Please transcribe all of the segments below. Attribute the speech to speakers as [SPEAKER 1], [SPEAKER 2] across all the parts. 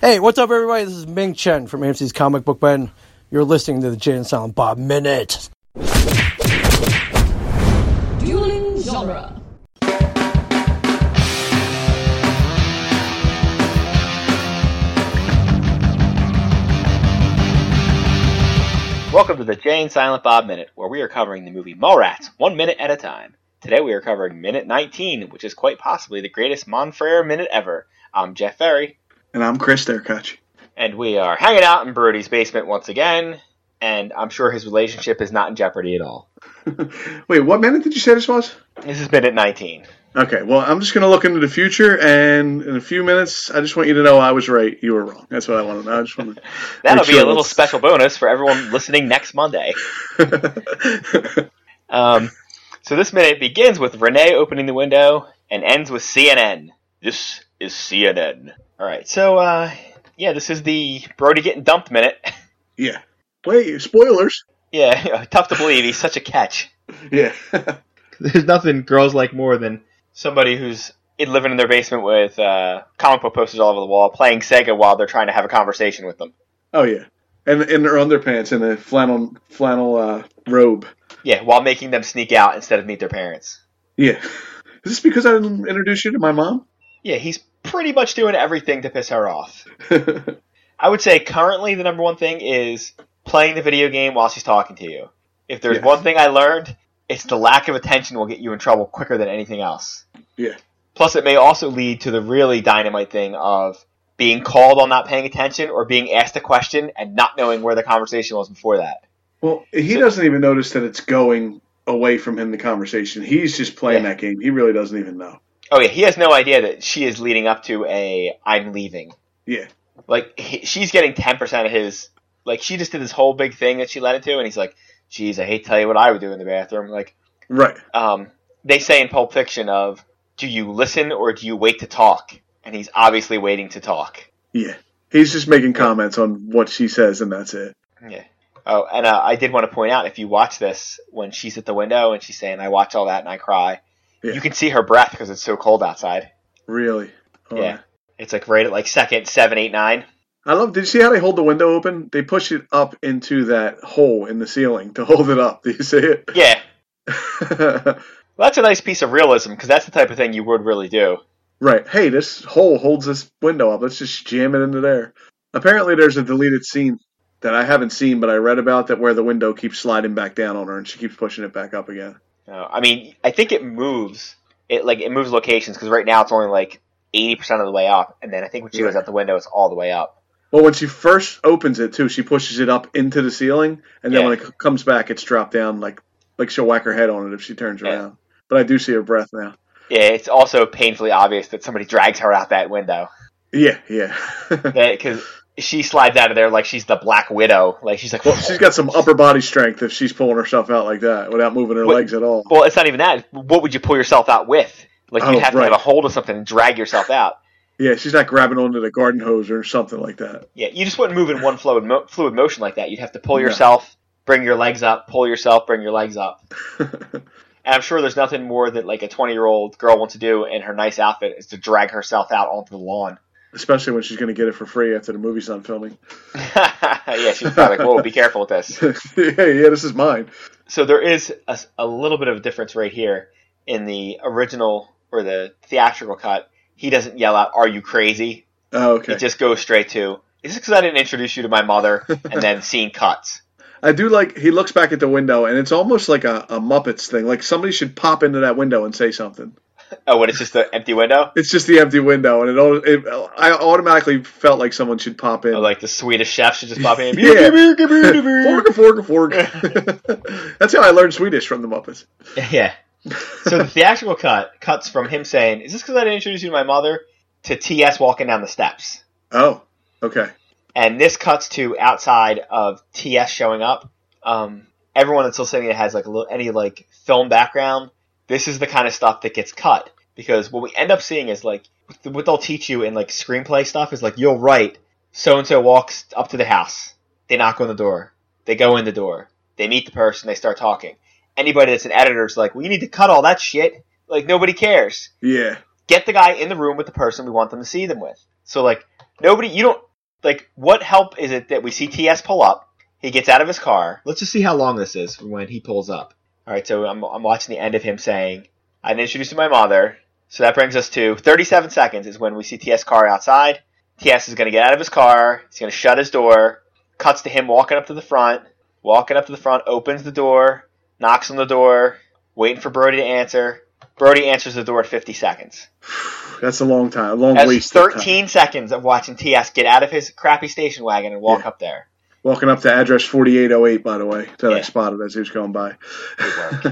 [SPEAKER 1] Hey, what's up, everybody? This is Ming Chen from AMC's Comic Book Ben. You're listening to the Jay and Silent Bob Minute.
[SPEAKER 2] Dueling Genre.
[SPEAKER 3] Welcome to the Jane Silent Bob Minute, where we are covering the movie Mallrats one minute at a time. Today we are covering minute 19, which is quite possibly the greatest Monfrere minute ever. I'm Jeff Ferry,
[SPEAKER 4] And I'm Chris Derkach.
[SPEAKER 3] and we are hanging out in Brody's basement once again. And I'm sure his relationship is not in jeopardy at all.
[SPEAKER 4] Wait, what minute did you say this was?
[SPEAKER 3] This is minute 19.
[SPEAKER 4] Okay, well, I'm just going to look into the future, and in a few minutes, I just want you to know I was right. You were wrong. That's what I want to know. I just want to.
[SPEAKER 3] That'll
[SPEAKER 4] Make
[SPEAKER 3] be
[SPEAKER 4] sure
[SPEAKER 3] a little
[SPEAKER 4] it's-
[SPEAKER 3] special bonus for everyone listening next Monday. Um, so this minute begins with Renee opening the window and ends with CNN. This is CNN. All right, so uh, yeah, this is the Brody getting dumped minute.
[SPEAKER 4] yeah. Wait, spoilers.
[SPEAKER 3] yeah, tough to believe he's such a catch.
[SPEAKER 4] Yeah.
[SPEAKER 3] There's nothing girls like more than somebody who's in- living in their basement with uh, comic book posters all over the wall, playing Sega while they're trying to have a conversation with them.
[SPEAKER 4] oh, yeah. And in their underpants and a flannel flannel uh, robe.
[SPEAKER 3] Yeah, while making them sneak out instead of meet their parents.
[SPEAKER 4] Yeah. Is this because I didn't introduce you to my mom?
[SPEAKER 3] Yeah, he's pretty much doing everything to piss her off. I would say currently the number one thing is playing the video game while she's talking to you. If there's
[SPEAKER 4] Yes.
[SPEAKER 3] one thing I learned, it's the lack of attention will get you in trouble quicker than anything else.
[SPEAKER 4] Yeah.
[SPEAKER 3] Plus, it may also lead to the really dynamite thing of being called on not paying attention or being asked a question and not knowing where the conversation was before that.
[SPEAKER 4] Well, he doesn't even notice that it's going away from him, the conversation. He's just playing
[SPEAKER 3] Yeah.
[SPEAKER 4] that game. He really doesn't even know.
[SPEAKER 3] Oh yeah, he has no idea that she is leading up to a "I'm leaving."
[SPEAKER 4] Yeah.
[SPEAKER 3] like he, she's getting 10% of his like she just did this whole big thing that she led into and he's like geez i hate to tell you what i would do in the bathroom like
[SPEAKER 4] Right.
[SPEAKER 3] um, they say in pulp fiction of do you listen or do you wait to talk and he's obviously waiting to talk
[SPEAKER 4] Yeah. He's just making comments on what she says, and that's it.
[SPEAKER 3] yeah oh and uh, i did want to point out if you watch this when she's at the window and she's saying i watch all that and i cry
[SPEAKER 4] Yeah.
[SPEAKER 3] you can see her breath because it's so cold outside
[SPEAKER 4] Really. Oh,
[SPEAKER 3] yeah it's like right at like second seven eight nine
[SPEAKER 4] I love. Did you see how they hold the window open? They push it up into that hole in the ceiling to hold it up. Do you see it?
[SPEAKER 3] yeah well, that's a nice piece of realism because that's the type of thing you would really do
[SPEAKER 4] right. Hey, this hole holds this window up. Let's just jam it into there. Apparently, there's a deleted scene that I haven't seen, but I read about that where the window keeps sliding back down on her, and she keeps pushing it back up again.
[SPEAKER 3] No, I mean, I think it moves. It like it moves locations because right now it's only like eighty percent of the way up, and then I think when she goes out the window, it's all the way up.
[SPEAKER 4] Well, when she first opens it too, she pushes it up into the ceiling, and then
[SPEAKER 3] Yeah.
[SPEAKER 4] when it c- comes back, it's dropped down like like she'll whack her head on it if she turns
[SPEAKER 3] Yeah.
[SPEAKER 4] around. But I do see her breath now.
[SPEAKER 3] Yeah, it's also painfully obvious that somebody drags her out that window
[SPEAKER 4] Yeah, yeah.
[SPEAKER 3] because she slides out of there like she's the Black Widow. Like she's like,
[SPEAKER 4] well, she's got some upper body strength if she's pulling herself out like that without moving her
[SPEAKER 3] What-
[SPEAKER 4] legs at all.
[SPEAKER 3] Well, it's not even that. What would you pull yourself out with? Like you'd
[SPEAKER 4] Oh,
[SPEAKER 3] have to
[SPEAKER 4] right.
[SPEAKER 3] have a hold of something and drag yourself out.
[SPEAKER 4] Yeah, she's not grabbing onto the garden hose or something like that.
[SPEAKER 3] Yeah, you just wouldn't move in one fluid mo- fluid motion like that. You'd have to pull
[SPEAKER 4] No.
[SPEAKER 3] yourself, bring your legs up, pull yourself, bring your legs up. And I'm sure there's nothing more that like a 20 year old girl wants to do in her nice outfit is to drag herself out onto the lawn.
[SPEAKER 4] Especially when she's going to get it for free after the movie's done filming.
[SPEAKER 3] yeah, she's probably like, "Whoa, be careful with this."
[SPEAKER 4] yeah, yeah, this is mine.
[SPEAKER 3] So there is a, s- a little bit of a difference right here in the original or the theatrical cut. He doesn't yell out, "Are you crazy?"
[SPEAKER 4] Oh, okay.
[SPEAKER 3] It just goes straight to, "Is this because I didn't introduce you to my mother?" And then scene cuts.
[SPEAKER 4] I do like he looks back at the window, and it's almost like a, a Muppets thing. Like somebody should pop into that window and say something.
[SPEAKER 3] Oh, when it's just an empty window.
[SPEAKER 4] It's just the empty window, and it, al- it I automatically felt like someone should pop in.
[SPEAKER 3] Or, Oh, like the Swedish chef should just pop in. And be,
[SPEAKER 4] yeah. fork, fork, fork. That's how I learned Swedish from the Muppets.
[SPEAKER 3] Yeah. So the theatrical cut cuts from him saying, "Is this because I didn't introduce you to my mother?" to T.S. walking down the steps,
[SPEAKER 4] Oh, okay.
[SPEAKER 3] and this cuts to outside of T.S. showing up. Um, everyone in Soul City that has like a little, any like film background, this is the kind of stuff that gets cut because what we end up seeing is like what they'll teach you in like screenplay stuff is like you'll write so and so walks up to the house, they knock on the door, they go in the door, they meet the person, they start talking. Anybody that's an editor is like, we need to cut all that shit. Like nobody cares
[SPEAKER 4] Yeah,
[SPEAKER 3] get the guy in the room with the person we want them to see them with. So like nobody you don't like what help is it that we see TS pull up? He gets out of his car. Let's just see how long this is from when he pulls up. All right, so I'm, I'm watching the end of him saying, "I've introduced my mother." So that brings us to 37 seconds is when we see TS car outside. TS is going to get out of his car. He's going to shut his door. Cuts to him walking up to the front. Walking up to the front, opens the door, knocks on the door, waiting for Brody to answer. Brody answers the door at 50 seconds.
[SPEAKER 4] That's a long time. A long
[SPEAKER 3] That's
[SPEAKER 4] waste. of time.
[SPEAKER 3] 13 seconds of watching TS get out of his crappy station wagon and walk
[SPEAKER 4] Yeah.
[SPEAKER 3] up there.
[SPEAKER 4] Walking up to address 4808, by the way, that I
[SPEAKER 3] Yeah.
[SPEAKER 4] spotted as he was going by.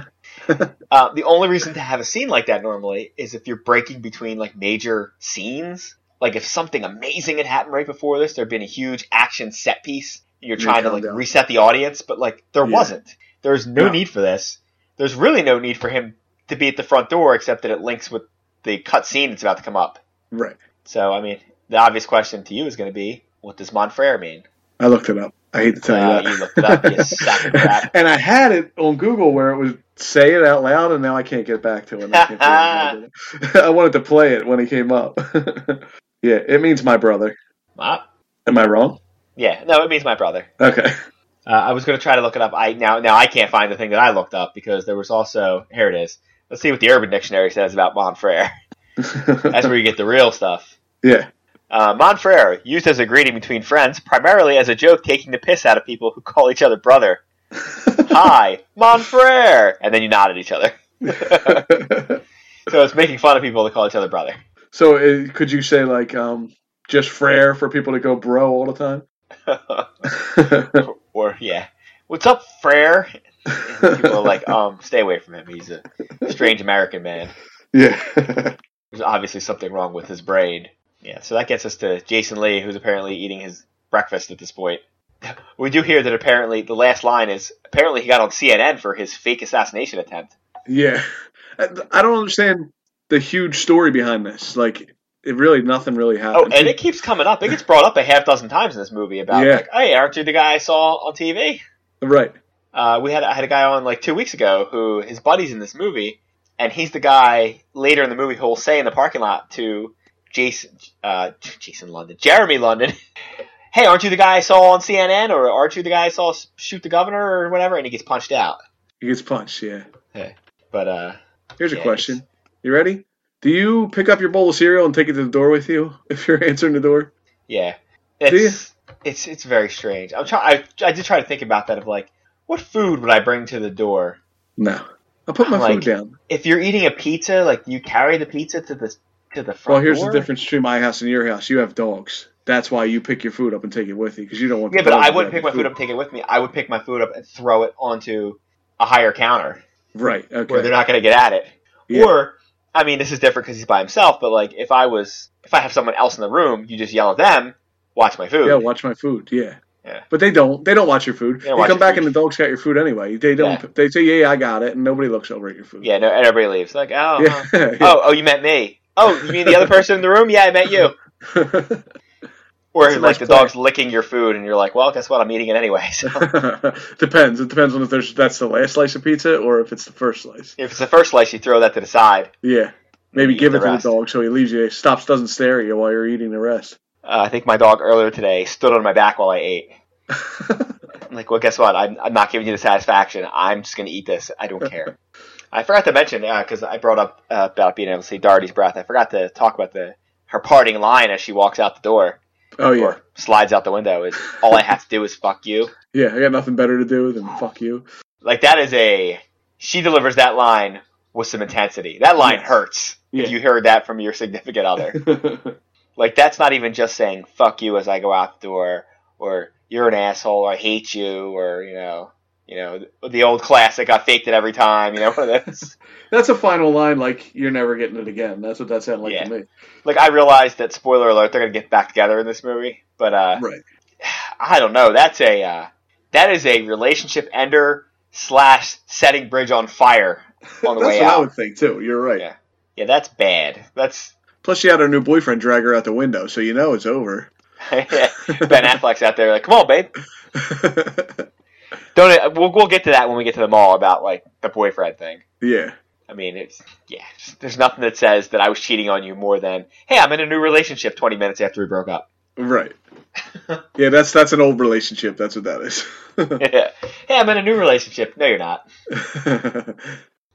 [SPEAKER 3] Uh, the only reason to have a scene like that normally is if you're breaking between like major scenes. Like if something amazing had happened right before this, there'd been a huge action set piece. and You're
[SPEAKER 4] Yeah,
[SPEAKER 3] trying to like
[SPEAKER 4] countdown.
[SPEAKER 3] reset the audience, but like there
[SPEAKER 4] Yeah.
[SPEAKER 3] wasn't. There's no
[SPEAKER 4] No.
[SPEAKER 3] need for this. There's really no need for him to be at the front door, except that it links with the cut scene that's about to come up.
[SPEAKER 4] Right.
[SPEAKER 3] So I mean, the obvious question to you is going to be, what does Monfrere mean?
[SPEAKER 4] I looked it up. I hate to tell
[SPEAKER 3] Uh,
[SPEAKER 4] you that.
[SPEAKER 3] you looked it up, you sack of crap.
[SPEAKER 4] and I had it on Google where it would say it out loud, and now I can't get back to it. I, can't figure out how I did it. I wanted to play it when it came up. yeah, it means my brother.
[SPEAKER 3] Uh,
[SPEAKER 4] Am I wrong?
[SPEAKER 3] yeah, no, it means my brother.
[SPEAKER 4] Okay.
[SPEAKER 3] Uh, I was going to try to look it up. I now now I can't find the thing that I looked up because there was also here it is. Let's see what the Urban Dictionary says about Monfrere. That's where you get the real stuff.
[SPEAKER 4] yeah.
[SPEAKER 3] Uh, Monfrere, used as a greeting between friends, primarily as a joke, taking the piss out of people who call each other brother. Hi, Monfrere, and then you nod at each other. So it's making fun of people that call each other brother.
[SPEAKER 4] so it, could you say, like, um, just frere for people to go bro all the time?
[SPEAKER 3] or yeah, what's up, Frere? And people are like, um, stay away from him. He's a strange American man.
[SPEAKER 4] yeah.
[SPEAKER 3] There's obviously something wrong with his brain. Yeah, so that gets us to Jason Lee, who's apparently eating his breakfast at this point. We do hear that apparently the last line is apparently he got on CNN for his fake assassination attempt.
[SPEAKER 4] Yeah, I I don't understand the huge story behind this. Like, it really nothing really
[SPEAKER 3] Oh,
[SPEAKER 4] happened.
[SPEAKER 3] and it keeps coming up. It gets brought up a half dozen times in this movie about
[SPEAKER 4] Yeah.
[SPEAKER 3] like, hey, aren't you the guy I saw on TV?
[SPEAKER 4] right?
[SPEAKER 3] Uh, we had I had a guy on like two weeks ago who his buddy's in this movie, and he's the guy later in the movie who'll say in the parking lot to Jason, uh, Jason London, Jeremy London, "Hey, aren't you the guy I saw on CNN, or aren't you the guy I saw s- shoot the governor, or whatever?" And he gets punched out.
[SPEAKER 4] He gets punched. Yeah.
[SPEAKER 3] But uh,
[SPEAKER 4] Here's a
[SPEAKER 3] Yeah,
[SPEAKER 4] question. You ready? Do you pick up your bowl of cereal and take it to the door with you if you're answering the door?
[SPEAKER 3] yeah, it's it's it's very strange. I'm trying. I I did try to think about that of like, what food would I bring to the door?
[SPEAKER 4] No. I'll put my
[SPEAKER 3] Like,
[SPEAKER 4] food down.
[SPEAKER 3] If you're eating a pizza, like you carry the pizza to the to the front.
[SPEAKER 4] Well, here's
[SPEAKER 3] door?
[SPEAKER 4] the difference between my house and your house. You have dogs. That's why you pick your food up and take it with you because you don't want.
[SPEAKER 3] Yeah,
[SPEAKER 4] the
[SPEAKER 3] but
[SPEAKER 4] dog
[SPEAKER 3] I
[SPEAKER 4] to
[SPEAKER 3] wouldn't
[SPEAKER 4] grab
[SPEAKER 3] pick my
[SPEAKER 4] your
[SPEAKER 3] food up and take it with me. I would pick my food up and throw it onto a higher counter
[SPEAKER 4] Right.
[SPEAKER 3] where they're
[SPEAKER 4] Okay.
[SPEAKER 3] not going to get at it.
[SPEAKER 4] Yeah.
[SPEAKER 3] Or, I mean, this is different because he's by himself. But like, if I was, if I have someone else in the room, you just yell at them, watch my food.
[SPEAKER 4] Yeah, watch my food. Yeah.
[SPEAKER 3] Yeah.
[SPEAKER 4] But they don't. They don't watch your food.
[SPEAKER 3] They
[SPEAKER 4] You
[SPEAKER 3] don't watch
[SPEAKER 4] come
[SPEAKER 3] your
[SPEAKER 4] back
[SPEAKER 3] food.
[SPEAKER 4] and the dog's got your food anyway. They don't.
[SPEAKER 3] Yeah.
[SPEAKER 4] They say, "Yeah, I got it," and nobody looks over at your food.
[SPEAKER 3] yeah, no, and everybody leaves. Like, oh,
[SPEAKER 4] Yeah.
[SPEAKER 3] huh. oh, oh, you meant me. Oh, you mean the other person in the room? Yeah, I meant you. Or
[SPEAKER 4] It's
[SPEAKER 3] like
[SPEAKER 4] a nice
[SPEAKER 3] the
[SPEAKER 4] play.
[SPEAKER 3] dog's licking your food, and you're like, well, guess what? I'm eating it anyway. So
[SPEAKER 4] depends. It depends on if there's that's the last slice of pizza or if it's the first slice.
[SPEAKER 3] if it's the first slice, you throw that to the side.
[SPEAKER 4] Yeah. Maybe
[SPEAKER 3] Eat
[SPEAKER 4] give
[SPEAKER 3] the
[SPEAKER 4] it to the
[SPEAKER 3] rest.
[SPEAKER 4] dog so he leaves you. Stops, doesn't stare at you while you're eating the rest.
[SPEAKER 3] Uh, I think my dog earlier today stood on my back while I ate. I'm like, well, guess what? I'm, I'm not giving you the satisfaction. I'm just going to eat this. I don't care. I forgot to mention because I brought up uh, about being able to see Doherty's breath. I forgot to talk about the her parting line as she walks out the door
[SPEAKER 4] Oh yeah,
[SPEAKER 3] or slides out the window. Is all I have to do is fuck you.
[SPEAKER 4] yeah. I got nothing better to do than fuck you.
[SPEAKER 3] Like that is a she delivers that line with some intensity. That line
[SPEAKER 4] Yes.
[SPEAKER 3] hurts
[SPEAKER 4] Yeah.
[SPEAKER 3] if you heard that from your significant other.
[SPEAKER 4] yeah,
[SPEAKER 3] Like that's not even just saying "fuck you" as I go out the door, or "you're an asshole," or "I hate you," or you know, you know, the old classic "I faked it every time." You know, one of those.
[SPEAKER 4] that's a final line. Like you're never getting it again. That's what that sounded like
[SPEAKER 3] Yeah.
[SPEAKER 4] to me.
[SPEAKER 3] like I realized that spoiler alert, they're gonna get back together in this movie, but uh,
[SPEAKER 4] Right.
[SPEAKER 3] I don't know. That's a uh, that is a relationship ender slash setting bridge on fire on the
[SPEAKER 4] that's
[SPEAKER 3] way
[SPEAKER 4] what I
[SPEAKER 3] out.
[SPEAKER 4] would think too. You're right.
[SPEAKER 3] Yeah. Yeah, that's bad. That's
[SPEAKER 4] Plus, she had her new boyfriend drag her out the window, so you know it's over.
[SPEAKER 3] Ben Affleck's out there like, come on, babe. Don't we'll, we'll get to that when we get to the mall about like the boyfriend thing.
[SPEAKER 4] yeah.
[SPEAKER 3] I mean, it's yeah. There's nothing that says that I was cheating on you more than hey, I'm in a new relationship 20 minutes after we broke up.
[SPEAKER 4] Right. Yeah, that's that's an old relationship. That's what that is.
[SPEAKER 3] hey, I'm in a new relationship. No, you're not.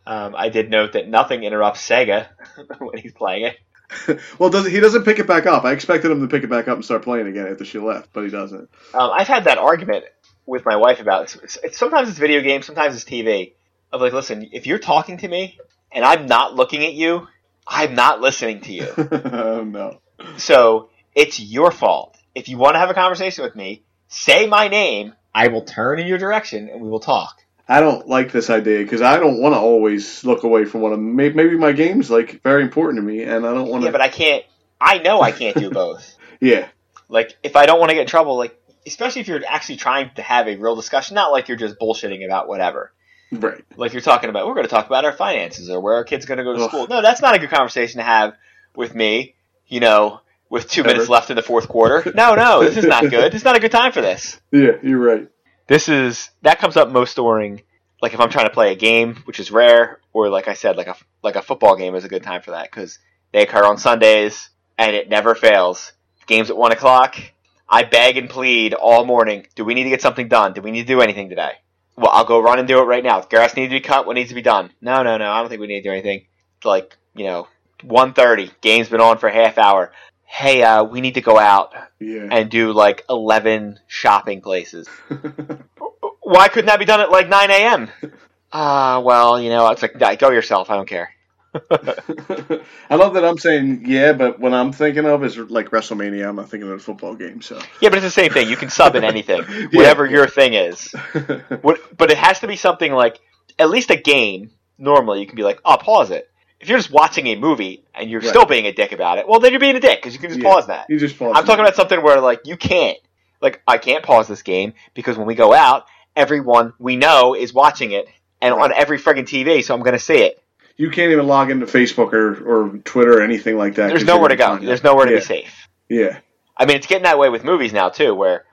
[SPEAKER 3] Um, I did note that nothing interrupts Sega when he's playing it.
[SPEAKER 4] well, does he doesn't pick it back up? I expected him to pick it back up and start playing again after she left, but he doesn't.
[SPEAKER 3] Um, I've had that argument with my wife about this. It's, it's, sometimes it's video games, sometimes it's TV. Of like, listen, if you're talking to me and I'm not looking at you, I'm not listening to you.
[SPEAKER 4] oh no.
[SPEAKER 3] So it's your fault. If you want to have a conversation with me, say my name. I will turn in your direction and we will talk.
[SPEAKER 4] I don't like this idea because I don't want to always look away from what I'm. may- Maybe my game's like very important to me, and I don't want to.
[SPEAKER 3] Yeah, but I can't. I know I can't do both.
[SPEAKER 4] yeah,
[SPEAKER 3] Like, if I don't want to get in trouble, like, especially if you're actually trying to have a real discussion, not like you're just bullshitting about whatever.
[SPEAKER 4] right.
[SPEAKER 3] Like you're talking about, we're going to talk about our finances or where our kids going to go to
[SPEAKER 4] Ugh.
[SPEAKER 3] school. No, that's not a good conversation to have with me. You know, with two minutes
[SPEAKER 4] Ever.
[SPEAKER 3] left in the fourth quarter. No, no, this is not good. This is not a good time for this.
[SPEAKER 4] Yeah, you're right.
[SPEAKER 3] This is that comes up most during, like if I'm trying to play a game, which is rare, or like I said, like a like a football game is a good time for that because they occur on Sundays and it never fails. Games at one o'clock. I beg and plead all morning. Do we need to get something done? Do we need to do anything today? Well, I'll go run and do it right now. Grass needs to be cut. What needs to be done? No, no, no. I don't think we need to do anything. It's like you know, one thirty. Game's been on for a half hour. Hey, uh, we need to go out
[SPEAKER 4] Yeah,
[SPEAKER 3] and do like eleven shopping places. Why couldn't that be done at like nine a.m.? Ah, well, you know, it's like "Nah, go yourself. I don't care.
[SPEAKER 4] I love that I'm saying yeah, but what I'm thinking of is like WrestleMania. I'm not thinking of a football game. So
[SPEAKER 3] Yeah, but it's the same thing. You can sub in anything,
[SPEAKER 4] Yeah.
[SPEAKER 3] whatever your thing is. What, but it has to be something like at least a game. Normally, you can be like, "Oh, pause it." If you're just watching a movie and you're
[SPEAKER 4] Right.
[SPEAKER 3] still being a dick about it, well, then you're being a dick because you can just
[SPEAKER 4] Yeah.
[SPEAKER 3] pause that.
[SPEAKER 4] you just pause.
[SPEAKER 3] I'm talking about something where like you can't, like I can't pause this game because when we go out, everyone we know is watching it and on every friggin' TV, so I'm gonna see it.
[SPEAKER 4] You can't even log into Facebook or, or Twitter or anything like that.
[SPEAKER 3] There's
[SPEAKER 4] 'cause
[SPEAKER 3] nowhere
[SPEAKER 4] you're
[SPEAKER 3] to go.
[SPEAKER 4] gonna find
[SPEAKER 3] There's
[SPEAKER 4] it.
[SPEAKER 3] nowhere to
[SPEAKER 4] yeah.
[SPEAKER 3] be safe.
[SPEAKER 4] Yeah,
[SPEAKER 3] I mean, it's getting that way with movies now too, where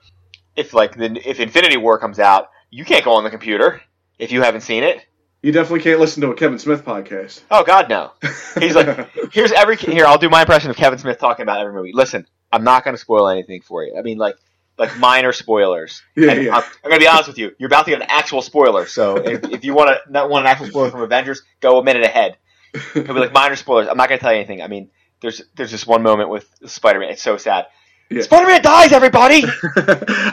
[SPEAKER 3] if like the if Infinity War comes out, you can't go on the computer if you haven't seen it.
[SPEAKER 4] you definitely can't listen to a Kevin Smith podcast.
[SPEAKER 3] Oh God, no. He's like, here's every here. I'll do my impression of Kevin Smith talking about every movie. Listen, I'm not going to spoil anything for you. I mean, like, like minor spoilers.
[SPEAKER 4] Yeah,
[SPEAKER 3] And
[SPEAKER 4] yeah.
[SPEAKER 3] I'm, I'm going to be honest with you. You're about to get an actual spoiler. So if, if you want to not want an actual spoiler from Avengers, go a minute ahead. He'll be like minor spoilers. I'm not going to tell you anything. I mean, there's there's this one moment with Spider Man. It's so sad.
[SPEAKER 4] Yeah.
[SPEAKER 3] Spider Man dies, everybody,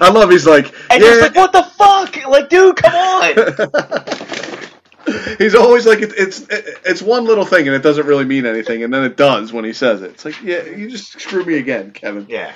[SPEAKER 4] I love. He's like,
[SPEAKER 3] and you're just
[SPEAKER 4] yeah.
[SPEAKER 3] like, what the fuck? Like, dude, come on.
[SPEAKER 4] he's always like, it, it's it, it's one little thing and it doesn't really mean anything, and then it does when he says it. It's like, yeah, you just screw me again, Kevin.
[SPEAKER 3] yeah.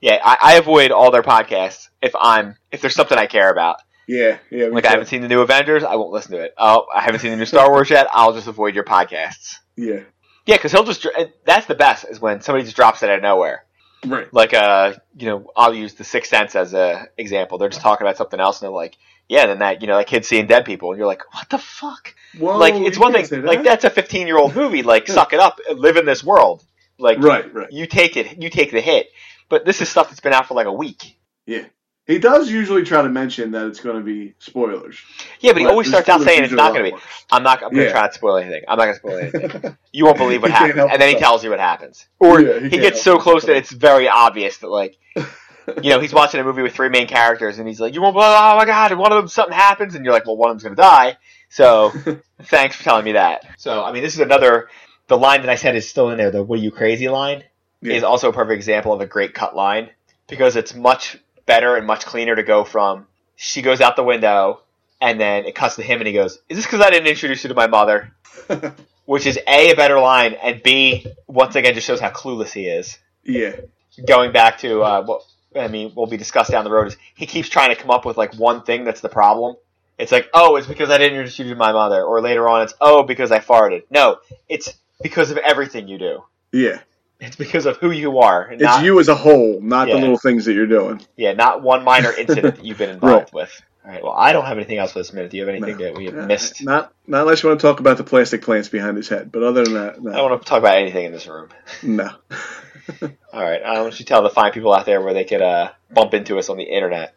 [SPEAKER 3] Yeah, I, I avoid all their podcasts if I'm if there's something I care about.
[SPEAKER 4] yeah, yeah. me
[SPEAKER 3] Like I
[SPEAKER 4] too.
[SPEAKER 3] haven't seen the new Avengers, I won't listen to it. Oh, I haven't seen the new Star Wars yet. I'll just avoid your podcasts.
[SPEAKER 4] Yeah,
[SPEAKER 3] Yeah, because he'll just. and That's the best is when somebody just drops it out of nowhere.
[SPEAKER 4] right.
[SPEAKER 3] Like uh, you know, I'll use the Sixth Sense as a example. They're just talking about something else, and they're like, "Yeah, then that you know that kid seeing dead people," and you're like, "What the fuck?"
[SPEAKER 4] Whoa,
[SPEAKER 3] like it's
[SPEAKER 4] Oh, you
[SPEAKER 3] one
[SPEAKER 4] can't
[SPEAKER 3] thing.
[SPEAKER 4] say
[SPEAKER 3] Like
[SPEAKER 4] that.
[SPEAKER 3] that's a 15 year old movie. Like suck it up, and live in this world. Like
[SPEAKER 4] Right, right.
[SPEAKER 3] you take it, you take the hit. But this is stuff that's been out for like a week.
[SPEAKER 4] Yeah. He does usually try to mention that it's going to be spoilers.
[SPEAKER 3] Yeah, but he
[SPEAKER 4] But
[SPEAKER 3] always
[SPEAKER 4] the
[SPEAKER 3] starts out
[SPEAKER 4] spoilers
[SPEAKER 3] saying it's
[SPEAKER 4] usually
[SPEAKER 3] not
[SPEAKER 4] are
[SPEAKER 3] going to be.
[SPEAKER 4] worse.
[SPEAKER 3] I'm not. I'm going to
[SPEAKER 4] Yeah.
[SPEAKER 3] try not to spoil anything. I'm not going to spoil anything. You won't believe what
[SPEAKER 4] He can't
[SPEAKER 3] happened,
[SPEAKER 4] help
[SPEAKER 3] and then he
[SPEAKER 4] himself.
[SPEAKER 3] tells you what happens. Or
[SPEAKER 4] Yeah, he
[SPEAKER 3] he,
[SPEAKER 4] can't
[SPEAKER 3] gets so
[SPEAKER 4] help
[SPEAKER 3] close that it's
[SPEAKER 4] himself.
[SPEAKER 3] very obvious that, like, you know, he's watching a movie with three main characters, and he's like, "You won't believe! Oh my god!" And one of them something happens, and you're like, "Well, one of them's going to die." So, thanks for telling me that. So, I mean, this is another. The line that I said is still in there. The "What are you crazy?" line
[SPEAKER 4] Yeah.
[SPEAKER 3] is also a perfect example of a great cut line because it's much better and much cleaner to go from she goes out the window and then it cuts to him and he goes, Is this because I didn't introduce you to my mother? Which is A, a better line, and B, once again, just shows how clueless he is.
[SPEAKER 4] Yeah.
[SPEAKER 3] Going back to uh, what I mean, will be discussed down the road, is he keeps trying to come up with like one thing that's the problem. It's like, oh, it's because I didn't introduce you to my mother. Or later on, it's, oh, because I farted. No, it's because of everything you do.
[SPEAKER 4] Yeah.
[SPEAKER 3] It's because of who you are.
[SPEAKER 4] It's
[SPEAKER 3] not-
[SPEAKER 4] you as a whole, not
[SPEAKER 3] Yeah.
[SPEAKER 4] the little things that you're doing.
[SPEAKER 3] Yeah, not one minor incident that you've been involved with. All right. Well, I don't have anything else for this minute. Do you have anything that we have
[SPEAKER 4] Uh,
[SPEAKER 3] missed?
[SPEAKER 4] Not, not unless you want to talk about the plastic plants behind his head. But other than that,
[SPEAKER 3] I don't
[SPEAKER 4] no.
[SPEAKER 3] want to talk about anything in this room.
[SPEAKER 4] no.
[SPEAKER 3] All right. I want you to tell the fine people out there where they could uh, bump into us on the internet.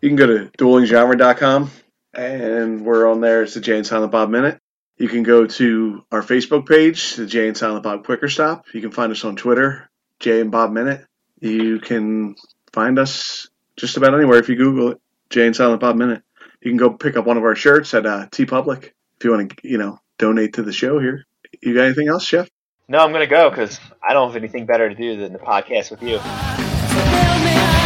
[SPEAKER 4] You can go to duelinggenre.com, and we're on there. It's the Jay and Silent Bob Minute. You can go to our Facebook page, the Jay and Silent Bob Quicker Stop. You can find us on Twitter, Jay and Bob Minute. You can Find us just about anywhere if you Google it. Jay and Silent Bob Minute. You can go pick up one of our shirts at uh, T Public if you want to, you know, donate to the show here. You got anything else, Chef?
[SPEAKER 3] No, I'm gonna go because I don't have anything better to do than the podcast with you.
[SPEAKER 5] Tell me